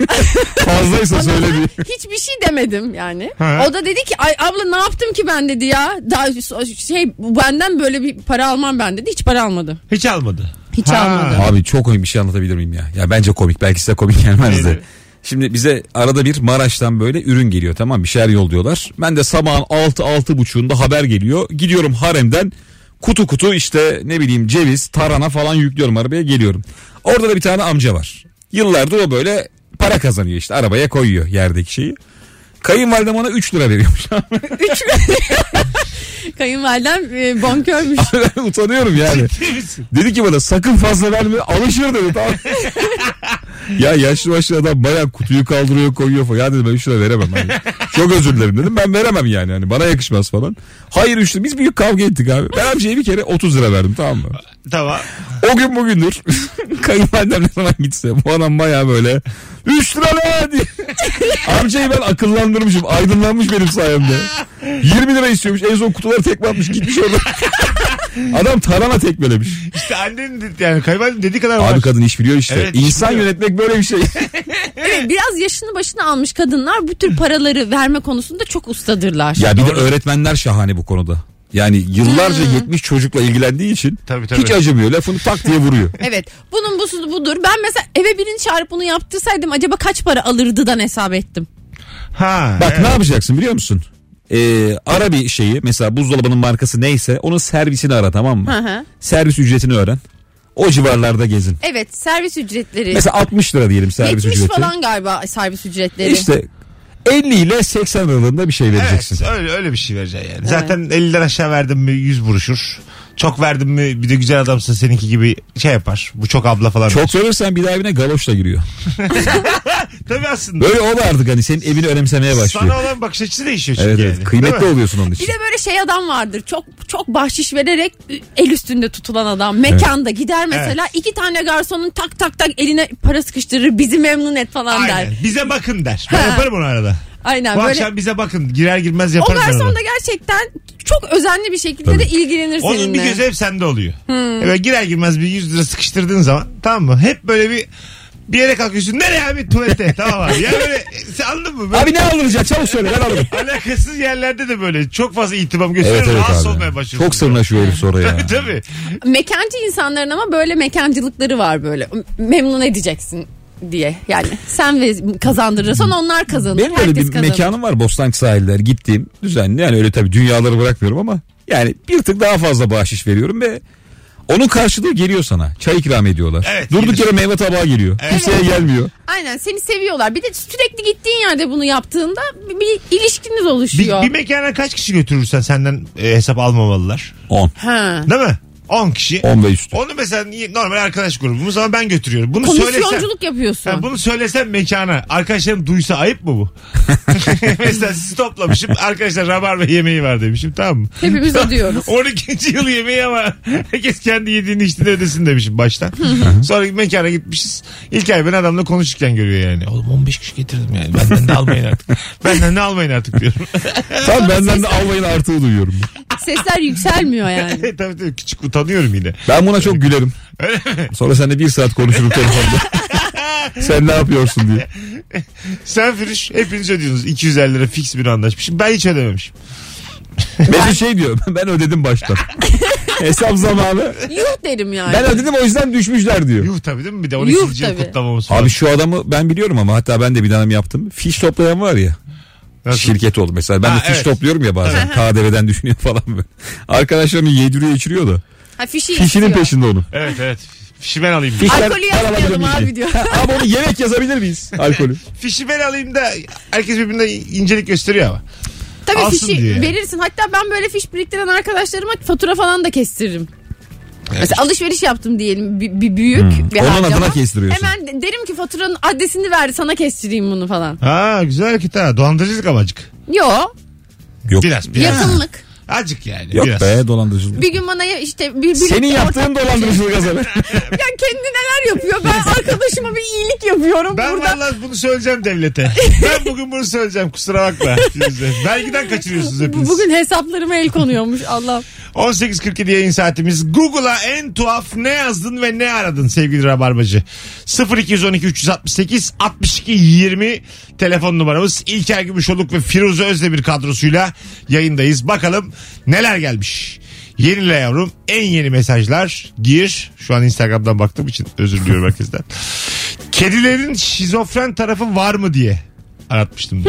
Fazlaysa söyle diye.
hiçbir şey demedim yani.
Ha.
O da dedi ki ay abla ne yaptım ki ben dedi ya. Daha so- şey benden böyle bir para almam ben dedi. Hiç para almadı.
Hiç almadı.
Hiç
Ha.
almadı.
Abi çok komik bir şey anlatabilir miyim ya? Ya bence komik. Belki size komik gelmez de.
Nedir?
Şimdi bize arada bir Maraş'tan böyle ürün geliyor tamam mı? bir şeyler yolluyorlar. Ben de sabahın 6 buçuğunda haber geliyor. Gidiyorum haremden kutu kutu işte ne bileyim ceviz, tarhana falan yüklüyorum arabaya geliyorum. Orada da bir tane amca var. Yıllardır o böyle para kazanıyor işte arabaya koyuyor yerdeki şeyi. Kayınvalidem ona 3 lira veriyormuş.
Kayınvalidem e, bonkörmüş.
ben utanıyorum yani.
Değil misin?
Dedi ki bana sakın fazla verme alışır dedi tamam. Ya yaşlı başlı adam bayağı kutuyu kaldırıyor koyuyor falan. Ya dedim ben 3 lira veremem. Hani Çok özür dilerim dedim. Ben veremem yani. Hani bana yakışmaz falan. Hayır 3 lira. Biz büyük kavga ettik abi. Ben amcaya bir kere 30 lira verdim tamam mı?
Tamam.
O gün bugündür kayınvalidem ne zaman gitse bu adam baya böyle 3 lira ne diye. Amcayı ben akıllandırmışım. Aydınlanmış benim sayemde. 20 lira istiyormuş. En son kutuları tekme atmış gitmiş orada. adam tarana tekmelemiş.
İşte annen dedi- yani kayınvalidem dediği kadar var.
Abi kadın iş biliyor işte.
Evet, iş
İnsan
biliyor.
yönetmek böyle bir şey.
Evet, biraz yaşını başına almış kadınlar bu tür paraları verme konusunda çok ustadırlar.
ya bir de öğretmenler şahane bu konuda. Yani yıllarca 70 çocukla ilgilendiği için
Tabii, tabii.
hiç acımıyor. Lafını tak diye vuruyor.
Evet. Bunun busu budur. Ben mesela eve birini çağırıp bunu yaptırsaydım acaba kaç para alırdıdan hesap ettim.
Ha.
Bak
evet.
ne yapacaksın biliyor musun? Ee, ara bir şeyi mesela buzdolabının markası neyse onun servisini ara tamam mı?
Hı hı.
Servis ücretini öğren. O civarlarda gezin.
Evet, servis ücretleri.
Mesela 60 lira diyelim servis
70
ücreti.
falan galiba servis ücretleri.
İşte 50 ile 80 aralığında bir şey vereceksin.
Evet öyle, öyle bir şey vereceksin yani. Zaten 50'den aşağı verdim mi 100 vuruşur. Çok verdim mi bir de güzel adamsın seninki gibi şey yapar. Bu çok abla falan.
Çok verirsen bir daha evine galoşla giriyor.
Tabii aslında.
Böyle o da artık hani senin evini önemsemeye başlıyor.
Sana olan bakış açısı değişiyor çünkü
evet evet
yani.
kıymetli
Değil mi?
oluyorsun onun
Bir
için.
de böyle şey adam vardır. Çok çok bahşiş vererek el üstünde tutulan adam. Mekanda gider mesela iki tane garsonun tak tak tak eline para sıkıştırır. Bizi memnun et falan der.
Aynen. Bize bakın der. Ben
Ha.
yaparım onu arada.
Aynen
Bu
böyle.
akşam bize bakın. Girer girmez
O
yaparım ben onu.
garson da gerçekten çok özenli bir şekilde de ilgilenir seninle. Hmm.
Onun bir gözü hep sende oluyor. Böyle girer girmez bir 100 lira sıkıştırdığın zaman tamam mı? Hep böyle bir bir yere kalkıyorsun. Nereye abi? Tuvalete. tamam abi. Yani böyle sen anladın mı? Böyle
Abi ne alınacak çabuk söyle ben alırım.
Alakasız yerlerde de böyle çok fazla itibar
evet
gösteriyor.
evet
rahatsız olmaya
abi.
başlıyorsun.
Çok sırnaşıyor herif sonra ya.
Tabii tabii.
Mekancı insanların ama böyle mekancılıkları var böyle. Memnun edeceksin diye. Yani sen ve- kazandırırsan onlar kazanır.
Benim böyle
Herkes
bir
kazanır.
mekanım var Bostancı sahiller gittiğim düzenli yani öyle tabii dünyaları bırakmıyorum ama yani bir tık daha fazla bahşiş veriyorum ve onun karşılığı geliyor sana. Çay ikram ediyorlar.
Evet,
Durduk
gelir.
yere meyve tabağı geliyor. Kimseye gelmiyor.
Aynen seni seviyorlar. Bir de sürekli gittiğin yerde bunu yaptığında bir, bir ilişkiniz
Bir,
oluşuyor.
bir mekana kaç kişi götürürsen senden e, hesap almamalılar.
10.
Ha.
Değil mi? 10 kişi.
10 ve üstü.
Onu mesela niye- normal arkadaş grubumuz ama ben götürüyorum. Bunu söylesem.
Komisyonculuk yapıyorsun.
Ha, bunu söylesem mekana. Arkadaşlarım duysa ayıp mı bu? mesela sizi toplamışım. Arkadaşlar rabarba yemeği var demişim. Tamam mı?
Hepimiz ödüyoruz.
12. yıl yemeği ama herkes kendi yediğini içtiğini ödesin demişim baştan. Sonra mekana gitmişiz. İlk ay beni adamla konuşurken görüyor yani. Oğlum 15 kişi getirdim yani. Benden de almayın artık. Benden de almayın artık diyorum.
Tam benden de almayın artığı duyuyorum.
Sesler yükselmiyor yani.
E, tabii tabii küçük utanıyorum yine.
Ben buna çok gülerim. Sonra seninle bir saat konuşurum telefonda. Sen ne yapıyorsun diye.
Sen Firuş hepiniz ödüyorsunuz. 250 lira fix bir anlaşmışım. Ben hiç ödememişim.
Mesut şey diyor ben ödedim baştan. Hesap zamanı.
Yuh derim yani.
Ben ödedim o yüzden düşmüşler diyor.
Yuh tabii değil mi? Bir de 12.
Yuh
yıl
tabii.
kutlamamız falan.
Abi şu adamı ben biliyorum ama hatta ben de bir dönem yaptım. Fiş toplayan var ya.
Nasıl?
Şirket oldu mesela. Ben
Ha,
de fiş
evet.
topluyorum ya bazen. KDV'den düşünüyor falan böyle. Arkadaşlarını yediriyor içiriyor da.
ha, fişi
Fişinin
istiyor.
peşinde onun.
Evet evet. Fişi ben alayım.
Fişler
Alkolü
ben
yazmayalım
alabilirim
abi
ilgi.
diyor.
Ha, abi onu yemek yazabilir miyiz? Alkolü.
Fişi ben alayım da herkes birbirine incelik gösteriyor ama.
Tabii
Alsın
fişi
diye.
verirsin. Hatta ben böyle fiş biriktiren arkadaşlarıma fatura falan da kestiririm. Mesela alışveriş yaptım diyelim bir, bir büyük
Hmm.
bir
Onun
harcama.
adına kestiriyorsun.
Hemen de- derim ki faturanın adresini ver sana kestireyim bunu falan.
Ha güzel hareket ha. Dolandırıcılık amacık.
Yo
Yok.
Biraz biraz.
yakınlık.
Azıcık yani.
Yok
biraz.
be dolandırıcılık.
Bir gün bana ya- işte bir, birlikte
Senin yaptığın
ortak-
dolandırıcılık azar.
Ya kendi neler yapıyor ben arkadaşıma bir iyilik yapıyorum
Ben
burada.
vallahi bunu söyleyeceğim devlete. ben bugün bunu söyleyeceğim kusura bakma. Firuze. Vergiden kaçırıyorsunuz
Bu-
hepiniz.
Bugün hesaplarıma el konuyormuş Allah.
18.47 yayın saatimiz. Google'a en tuhaf ne yazdın ve ne aradın sevgili Rabarbacı. 0212 368 62 20 telefon numaramız. İlker Gümüşoluk ve Firuze Özdemir kadrosuyla yayındayız. Bakalım neler gelmiş. Yenile yavrum en yeni mesajlar gir. Şu an Instagram'dan baktığım için özür diliyorum herkesten. Kedilerin şizofren tarafı var mı diye aratmıştım.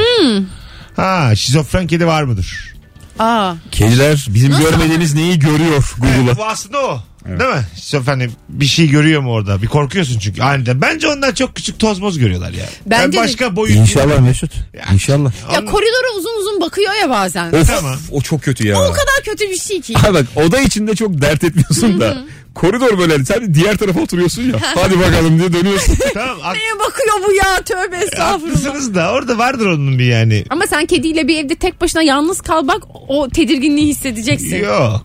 Ha şizofren kedi var mıdır?
Aa.
Kediler bizim görmediğimiz neyi görüyor
Evet,
Google'a.
bu aslında o. Değil mi? İşte efendim bir şey görüyor mu orada? Bir korkuyorsun çünkü aniden. Bence onlar çok küçük toz moz görüyorlar ya.
Bence
Yani
de-
başka boyut.
İnşallah Mesut. İnşallah.
Ya koridora uzun uzun bakıyor ya bazen.
Of,
Tamam.
o çok kötü ya.
O kadar kötü bir şey ki.
Ha bak oda içinde çok dert etmiyorsun da. Koridor böyle sen diğer tarafa oturuyorsun ya. Hadi bakalım diye dönüyorsun.
Tamam ak-
Neye bakıyor bu ya tövbe estağfurullah.
haklısınız da orada vardır onun bir yani.
Ama sen kediyle bir evde tek başına yalnız kal bak o tedirginliği hissedeceksin.
Yok.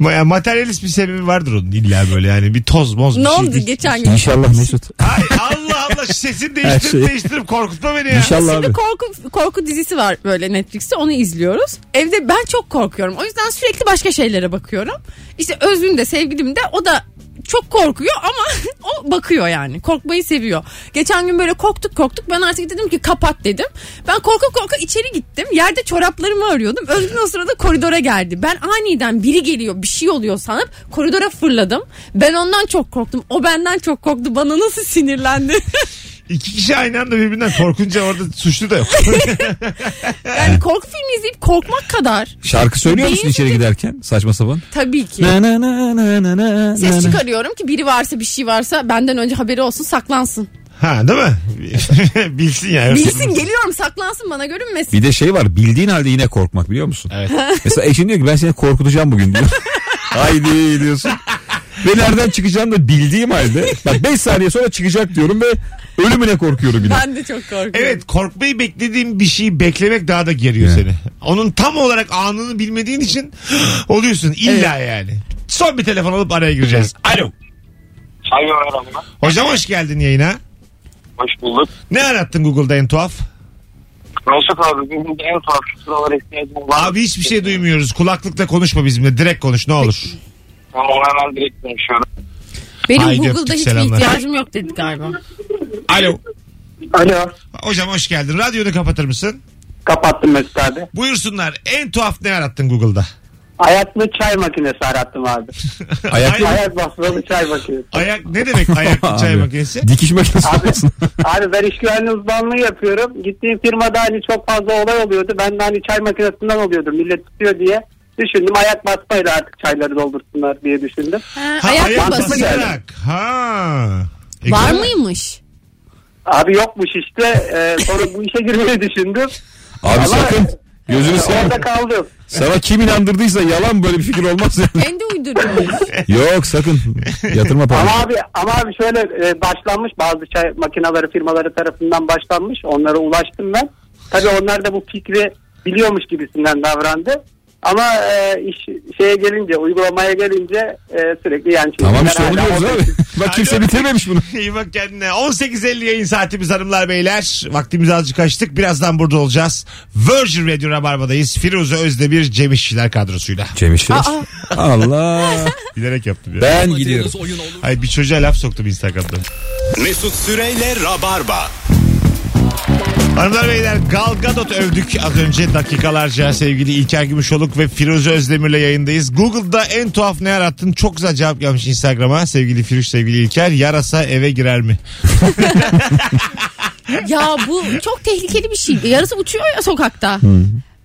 Ma- yani materyalist bir sebebi vardır onun illa böyle yani bir toz moz bir
ne
şey.
oldu
Bir-
geçen gün?
İnşallah Mesut.
Ay Allah Allah sesini değiştirip
şey.
değiştirip korkutma beni ya.
İnşallah abi.
Şimdi korku korku dizisi var böyle Netflix'te onu izliyoruz. Evde ben çok korkuyorum. O yüzden sürekli başka şeylere bakıyorum. İşte Özgün de sevgilim de o da çok korkuyor ama o bakıyor yani. Korkmayı seviyor. Geçen gün böyle korktuk korktuk. Ben artık dedim ki kapat dedim. Ben korka korka içeri gittim. Yerde çoraplarımı arıyordum. Özgün o sırada koridora geldi. Ben aniden biri geliyor bir şey oluyor sanıp koridora fırladım. Ben ondan çok korktum. O benden çok korktu. Bana nasıl sinirlendi.
İki kişi aynı anda birbirinden korkunca orada suçlu da yok.
Yani korku filmi izleyip korkmak kadar
Şarkı söylüyor musun
Beyin-
içeri giderken saçma sapan?
tabii ki.
Na na na na na na na
Ses
na.
çıkarıyorum ki biri varsa bir şey varsa benden önce haberi olsun saklansın.
ha değil mi? Bilsin yani.
Bilsin geliyorum saklansın bana görünmesin.
Bir de şey var bildiğin halde yine korkmak biliyor musun?
Evet.
Mesela eşin diyor ki ben seni korkutacağım bugün diyor. Haydi diyorsun. Ve nereden çıkacağını da bildiğim halde. Bak 5 saniye sonra çıkacak diyorum ve ölümüne korkuyorum yine.
Ben de çok korkuyorum.
Evet korkmayı beklediğin bir şeyi beklemek daha da geriyor seni. Onun tam olarak anını bilmediğin için oluyorsun illa yani. Son bir telefon alıp araya gireceğiz. Alo.
Alo merhaba.
Hocam hoş geldin yayına.
Hoş bulduk.
Ne arattın Google'da en tuhaf?
Mesut abi bugün en tuhaf şu sıralar ihtiyacım var.
Abi hiçbir şey duymuyoruz. Kulaklıkla konuşma bizimle. Direkt konuş ne olur.
Tamam hemen direkt konuşuyorum.
Benim
Haydi
Google'da
öptük,
hiçbir
selamlar.
ihtiyacım yok dedi galiba.
Alo.
Alo.
Hocam hoş geldin. Radyonu kapatır mısın?
Kapattım Mesut abi.
Buyursunlar. En tuhaf ne arattın Google'da?
Ayaklı çay makinesi arattım abi.
Ayaklı
Ay-
Ayak basmalı çay makinesi.
ayak ne demek ayaklı çay
Abi,
makinesi?
Dikiş makinesi
Abi,
olmasın.
abi ben iş güvenliği uzmanlığı yapıyorum. Gittiğim firmada hani çok fazla olay oluyordu. Ben de hani çay makinesinden oluyordum. Millet tutuyor diye. Düşündüm ayak basmayla artık çayları doldursunlar diye düşündüm.
Ha,
Ha,
ayak
ayak
basıyor.
basıyor.
basarak. Ha. E,
Var
güzel.
mıymış?
Abi yokmuş işte. Ee, sonra bu işe girmeyi düşündüm.
Abi
Ama-
sakın. Gözünü seveyim.
Orada kaldım.
Sana kim inandırdıysa yalan böyle bir fikir olmaz yani.
Ben de uydurdum.
Yok sakın. Yatırma para.
Ama abi ama abi şöyle e, başlanmış bazı çay makineleri firmaları tarafından başlanmış. Onlara ulaştım ben. Tabii onlar da bu fikri biliyormuş gibisinden davrandı. Ama e, iş şeye gelince, uygulamaya gelince e, sürekli yani
Tamam
şeyler
işte onu
hala
diyoruz
orada.
abi. Bak kimse bitirmemiş bunu.
İyi bak kendine. 18.50 yayın saatimiz hanımlar beyler. Vaktimiz azıcık kaçtık. Birazdan burada olacağız. Virgin Radio Rabarba'dayız. Firuze Özdemir, Cem İşçiler kadrosuyla.
Cem Şirin. Allah.
Bilerek yaptım ya.
Ben gidiyorum.
Ay bir çocuğa laf soktum Instagram'da.
Mesut Süreyle Rabarba.
Hanımlar beyler Gal Gadot övdük az önce dakikalarca sevgili İlker Gümüşoluk ve Firuze Özdemir'le yayındayız. Google'da en tuhaf ne yarattın? Çok güzel cevap gelmiş Instagram'a sevgili Firuş sevgili İlker. Yarasa eve girer mi?
ya bu çok tehlikeli bir şey. Yarısı uçuyor ya sokakta.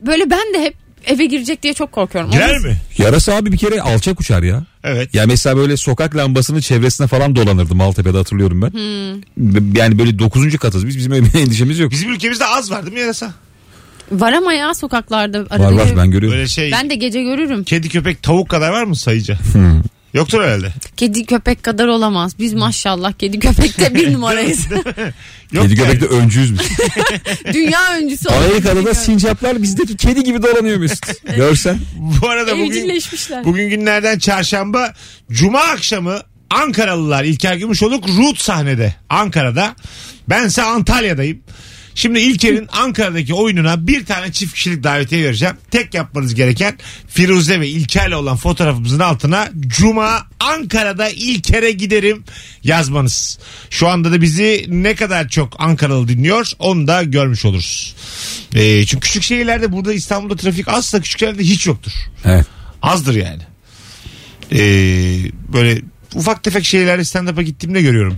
Böyle ben de hep eve girecek diye çok korkuyorum.
Girer
Onu-
mi?
Yarasa abi bir kere alçak uçar ya.
Evet.
Ya mesela böyle sokak lambasının çevresine falan dolanırdı Maltepe'de hatırlıyorum ben.
Hmm.
B- Yani böyle 9. katız biz bizim öyle bir endişemiz yok.
Bizim ülkemizde az var değil mi yarasa?
Var ama ya sokaklarda.
Var
arada
var
görüyorum.
ben görüyorum.
Böyle şey
Ben de gece görürüm.
kedi köpek tavuk kadar var mı sayıca? Yoktur herhalde.
Kedi köpek kadar olamaz. Biz maşallah kedi köpekte bir numarayız.
Yok
kedi
yani.
göbekte öncüyüz biz.
Dünya öncüsü
Amerika'da da sincaplar bizde kedi gibi dolanıyor Mesut. Görsen.
Bu arada bugün,
Evcilleşmişler.
bugün günlerden çarşamba cuma akşamı Ankaralılar İlker Gümüşoluk Root sahnede Ankara'da. Bense Antalya'dayım. Şimdi İlker'in Ankara'daki oyununa bir tane çift kişilik davetiye vereceğim. Tek yapmanız gereken Firuze ve İlker'le olan fotoğrafımızın altına Cuma Ankara'da İlker'e giderim yazmanız. Şu anda da bizi ne kadar çok Ankaralı dinliyor onu da görmüş oluruz. Ee, çünkü küçük şehirlerde burada İstanbul'da trafik azsa küçük şehirlerde hiç yoktur.
Evet.
Azdır yani. Ee, böyle ufak tefek şeylerde stand-up'a gittiğimde görüyorum.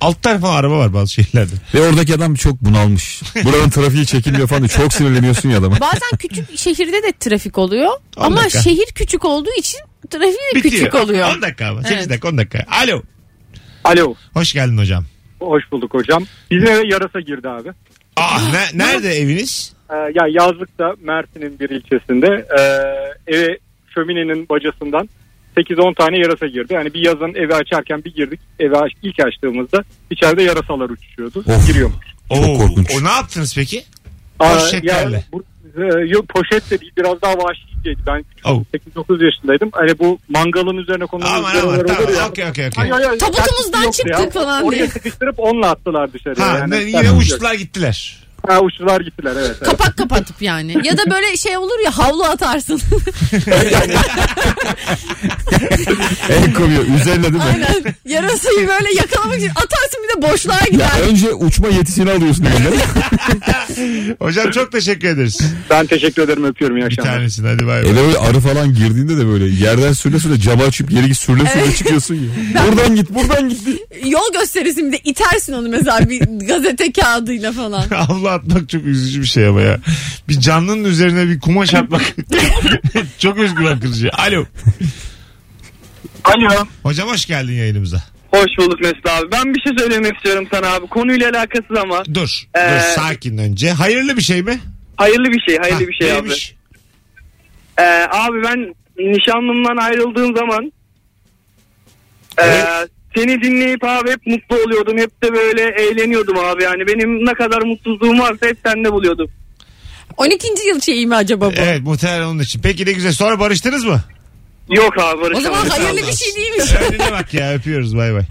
Alt tane falan araba var bazı şehirlerde.
Ve oradaki adam çok bunalmış. Buranın trafiği çekilmiyor falan diye çok sinirleniyorsun ya adama.
Bazen küçük şehirde de trafik oluyor.
On
ama
dakika.
şehir küçük olduğu için trafiği de
Bitiyor.
küçük oluyor.
10 dakika ama. 8
Evet.
dakika 10 dakika. Alo.
Alo.
Hoş geldin hocam.
Hoş bulduk hocam. Bizim eve yarasa girdi abi.
Aa, ne- nerede eviniz?
Ee, ya yazlıkta Mersin'in bir ilçesinde ee, eve şöminenin bacasından 8-10 tane yarasa girdi. Yani bir yazın evi açarken bir girdik. Evi aç- ilk açtığımızda içeride yarasalar uçuşuyordu.
Of.
Giriyormuş.
Çok korkunç.
O ne yaptınız peki?
Aa,
Poşetlerle.
ya bu- e, yok poşet de değil biraz daha vahşiceydi. Ben
Oh.
8-9 yaşındaydım. Hani bu mangalın üzerine konulan
Aman
yarasalar
aman
olur ya.
tamam. Okey okey okey.
Ay, ay, ay,
Tabutumuzdan
yoktu ya.
çıktık falan diye.
Oraya sıkıştırıp onunla attılar dışarıya.
Ha,
yani.
ne- yine uçtular gittiler.
Ha, uçtular gittiler evet. evet.
Kapak kapatıp yani. Ya da böyle şey olur ya havlu atarsın.
En komiyor üzerine değil mi?
Aynen. Yarasayı böyle yakalamak için atarsın bir de boşluğa
Ya
gider.
önce uçma yetisini alıyorsun elinden.
Hocam çok teşekkür ederiz.
Ben teşekkür ederim öpüyorum iyi
Bir
akşamlar.
tanesini hadi bay bay.
Eve E böyle arı falan girdiğinde de böyle yerden sürle sürle cama açıp geri git sürle sürle çıkıyorsun ya. Buradan git buradan git.
Yol gösterirsin bir de itersin onu mesela bir gazete kağıdıyla falan.
Havlu atmak çok üzücü bir şey ama ya. Bir canlının üzerine bir kumaş atmak çok özgür kırıcı. Alo.
Alo.
Hocam hoş geldin yayınımıza.
Hoş bulduk Mesut abi. Ben bir şey söylemek istiyorum sana abi. Konuyla alakasız ama
Dur.
Ee,
Dur sakin önce. Hayırlı bir şey mi?
hayırlı bir şey, hayırlı
Ha,
bir şey abi.
neymiş?
Ee, abi ben nişanlımdan ayrıldığım zaman ee, seni dinleyip abi hep mutlu oluyordum. Hep de böyle eğleniyordum abi yani. Benim ne kadar mutsuzluğum varsa hep sende buluyordum.
12. yıl şeyi mi acaba bu?
Evet muhtemelen onun için. Peki ne güzel. Sonra barıştınız mı?
Yok abi barışamadık.
o zaman hayırlı bir şey değilmiş.
Önüne bak ya öpüyoruz bay bay.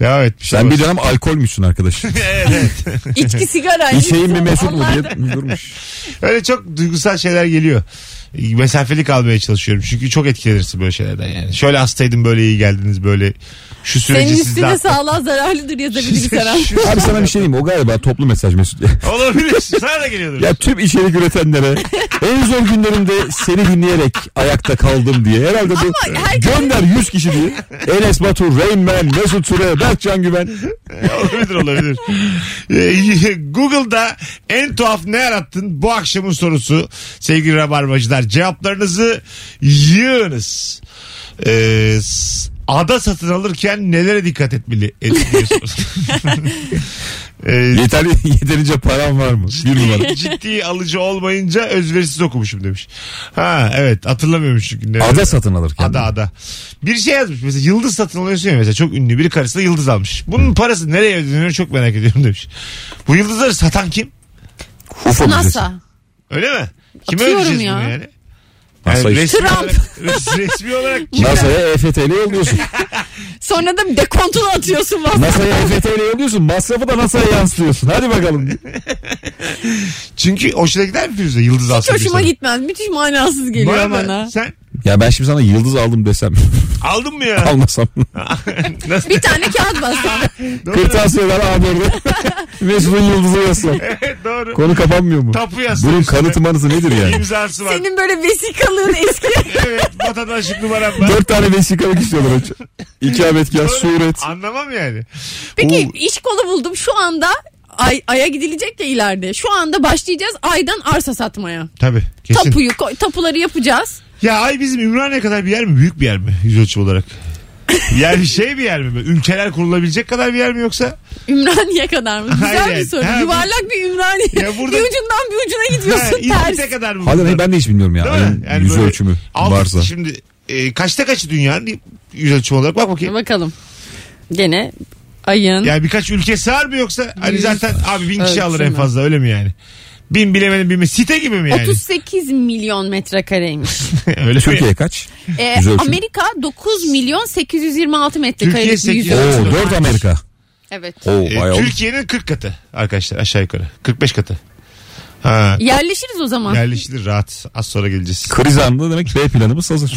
Devam et. şey
Sen
olmaz.
bir dönem alkolmüşsün arkadaş.
Evet, evet.
İçki sigara.
İçeyim mi
insan,
Mesut mu
Allah'tan.
diye durmuş.
Öyle çok duygusal şeyler geliyor. Mesafeli kalmaya çalışıyorum. Çünkü çok etkilenirsin böyle şeylerden yani. Şöyle hastaydım böyle iyi geldiniz böyle. Şu süreci
Senin
sizde
üstüne sağlığa zararlıdır yazabiliriz herhalde.
Abi sana bir şey diyeyim o galiba toplu mesaj Mesut.
Olabilir. Sana da geliyordur.
ya tüm içerik üretenlere en zor günlerimde seni dinleyerek ayakta kaldım diye. Herhalde bu
Ama herkes-
gönder 100 kişi diye. Enes Batur, Rain Man, Mesut Süre, Berkcan Güven.
olabilir olabilir. Ee, Google'da en tuhaf ne arattın bu akşamın sorusu sevgili rabarbacılar. Cevaplarınızı yığınız. Ee, s- ada satın alırken nelere dikkat etmeli? etmeliyorsunuz? Ee,
Yeterli, yeterince param var mı? Bir numara.
ciddi alıcı olmayınca özverisiz okumuşum demiş. Ha evet hatırlamıyormuş çünkü. neler-
Ada satın alırken.
Ada ada. Bir şey yazmış mesela yıldız satın alıyorsun ya mesela çok ünlü biri karısına yıldız almış. Bunun parası nereye ödeniyor çok merak ediyorum demiş. Bu yıldızları satan kim?
Ufo müzesi.
NASA.
Öyle mi? Kime
Atıyorum
ödeyeceğiz
ya.
bunu yani?
NASA
Yani
işte.
resmi
Trump.
olarak, res- resmi olarak kim?
NASA'ya EFT'li yolluyorsun.
Sonra da dekontunu atıyorsun falan.
NASA'ya EFT'li yolluyorsun. Masrafı da NASA'ya yansıtıyorsun. Hadi bakalım.
Çünkü hoşuna gider mi Firuze yıldız
Hiç
alsın?
hoşuma
bir
gitmez. Müthiş manasız
sana?
geliyor
Bu arada
bana.
Sen
Ya ben şimdi sana yıldız aldım desem.
aldın mı ya?
Almasam.
Nasıl?
Bir tane kağıt bassam.
Doğru.
Kırtasiyeler A4'de. Mesut'un yıldızı yazsam.
Evet, Doğru.
Konu kapanmıyor mu?
Tapu yazsın
Bunun
üstüne.
kanıtı manıtı nedir yani?
İmzası var.
Senin böyle vesikalığın eski.
Evet vatandaşlık numaram var.
Dört tane vesikalık istiyorlar hocam. İkametgah,
Doğru.
suret.
Anlamam yani.
Peki
Oo,
iş kolu buldum. Şu anda Ay, Ay'a gidilecek ya ileride. Şu anda başlayacağız Ay'dan arsa satmaya.
tabii kesin.
Tapuyu, ko- tapuları yapacağız.
Ya ay bizim Ümraniye kadar bir yer mi? Büyük bir yer mi yüz ölçüm olarak? Yani şey bir yer mi? Böyle Ülkeler kurulabilecek kadar bir yer mi yoksa?
Ümraniye kadar mı? Güzel
Aynen.
bir soru.
Ha, bu-
Yuvarlak bir Ümraniye.
Ya burada-
bir ucundan bir ucuna
Ha,
gidiyorsun
İzmit'e
ters.
kadar mı?
Hadi
bunlar?
ne ben de hiç bilmiyorum ya.
Değil mi?
Ayın yüz
böyle
ölçümü
altı-
varsa.
Şimdi e, kaçta kaçı dünyanın yüz ölçümü olarak bak bakayım.
Bakalım. Gene ayın.
Yani birkaç ülke sığar mı yoksa? Hani
Yüz
zaten abi bin kişi alır en
ölçümü.
fazla öyle mi yani? Bin bilemedim bin mi? Site gibi mi yani?
38 milyon metrekareymiş.
öyle mi?
Türkiye kaç?
Ee,
Güzel ölçüm.
Amerika 9 milyon 826
Türkiye
metrekarelik bir
800.
Oo
yüz ölçümü
dört
var.
Amerika.
Evet.
Oo
E,
bayağı oldu.
Türkiye'nin 40 katı arkadaşlar aşağı yukarı. 45 katı. Ha,
Yerleşiriz o zaman.
yerleşilir rahat. Az sonra geleceğiz.
Kriz anında demek B planımız hazır.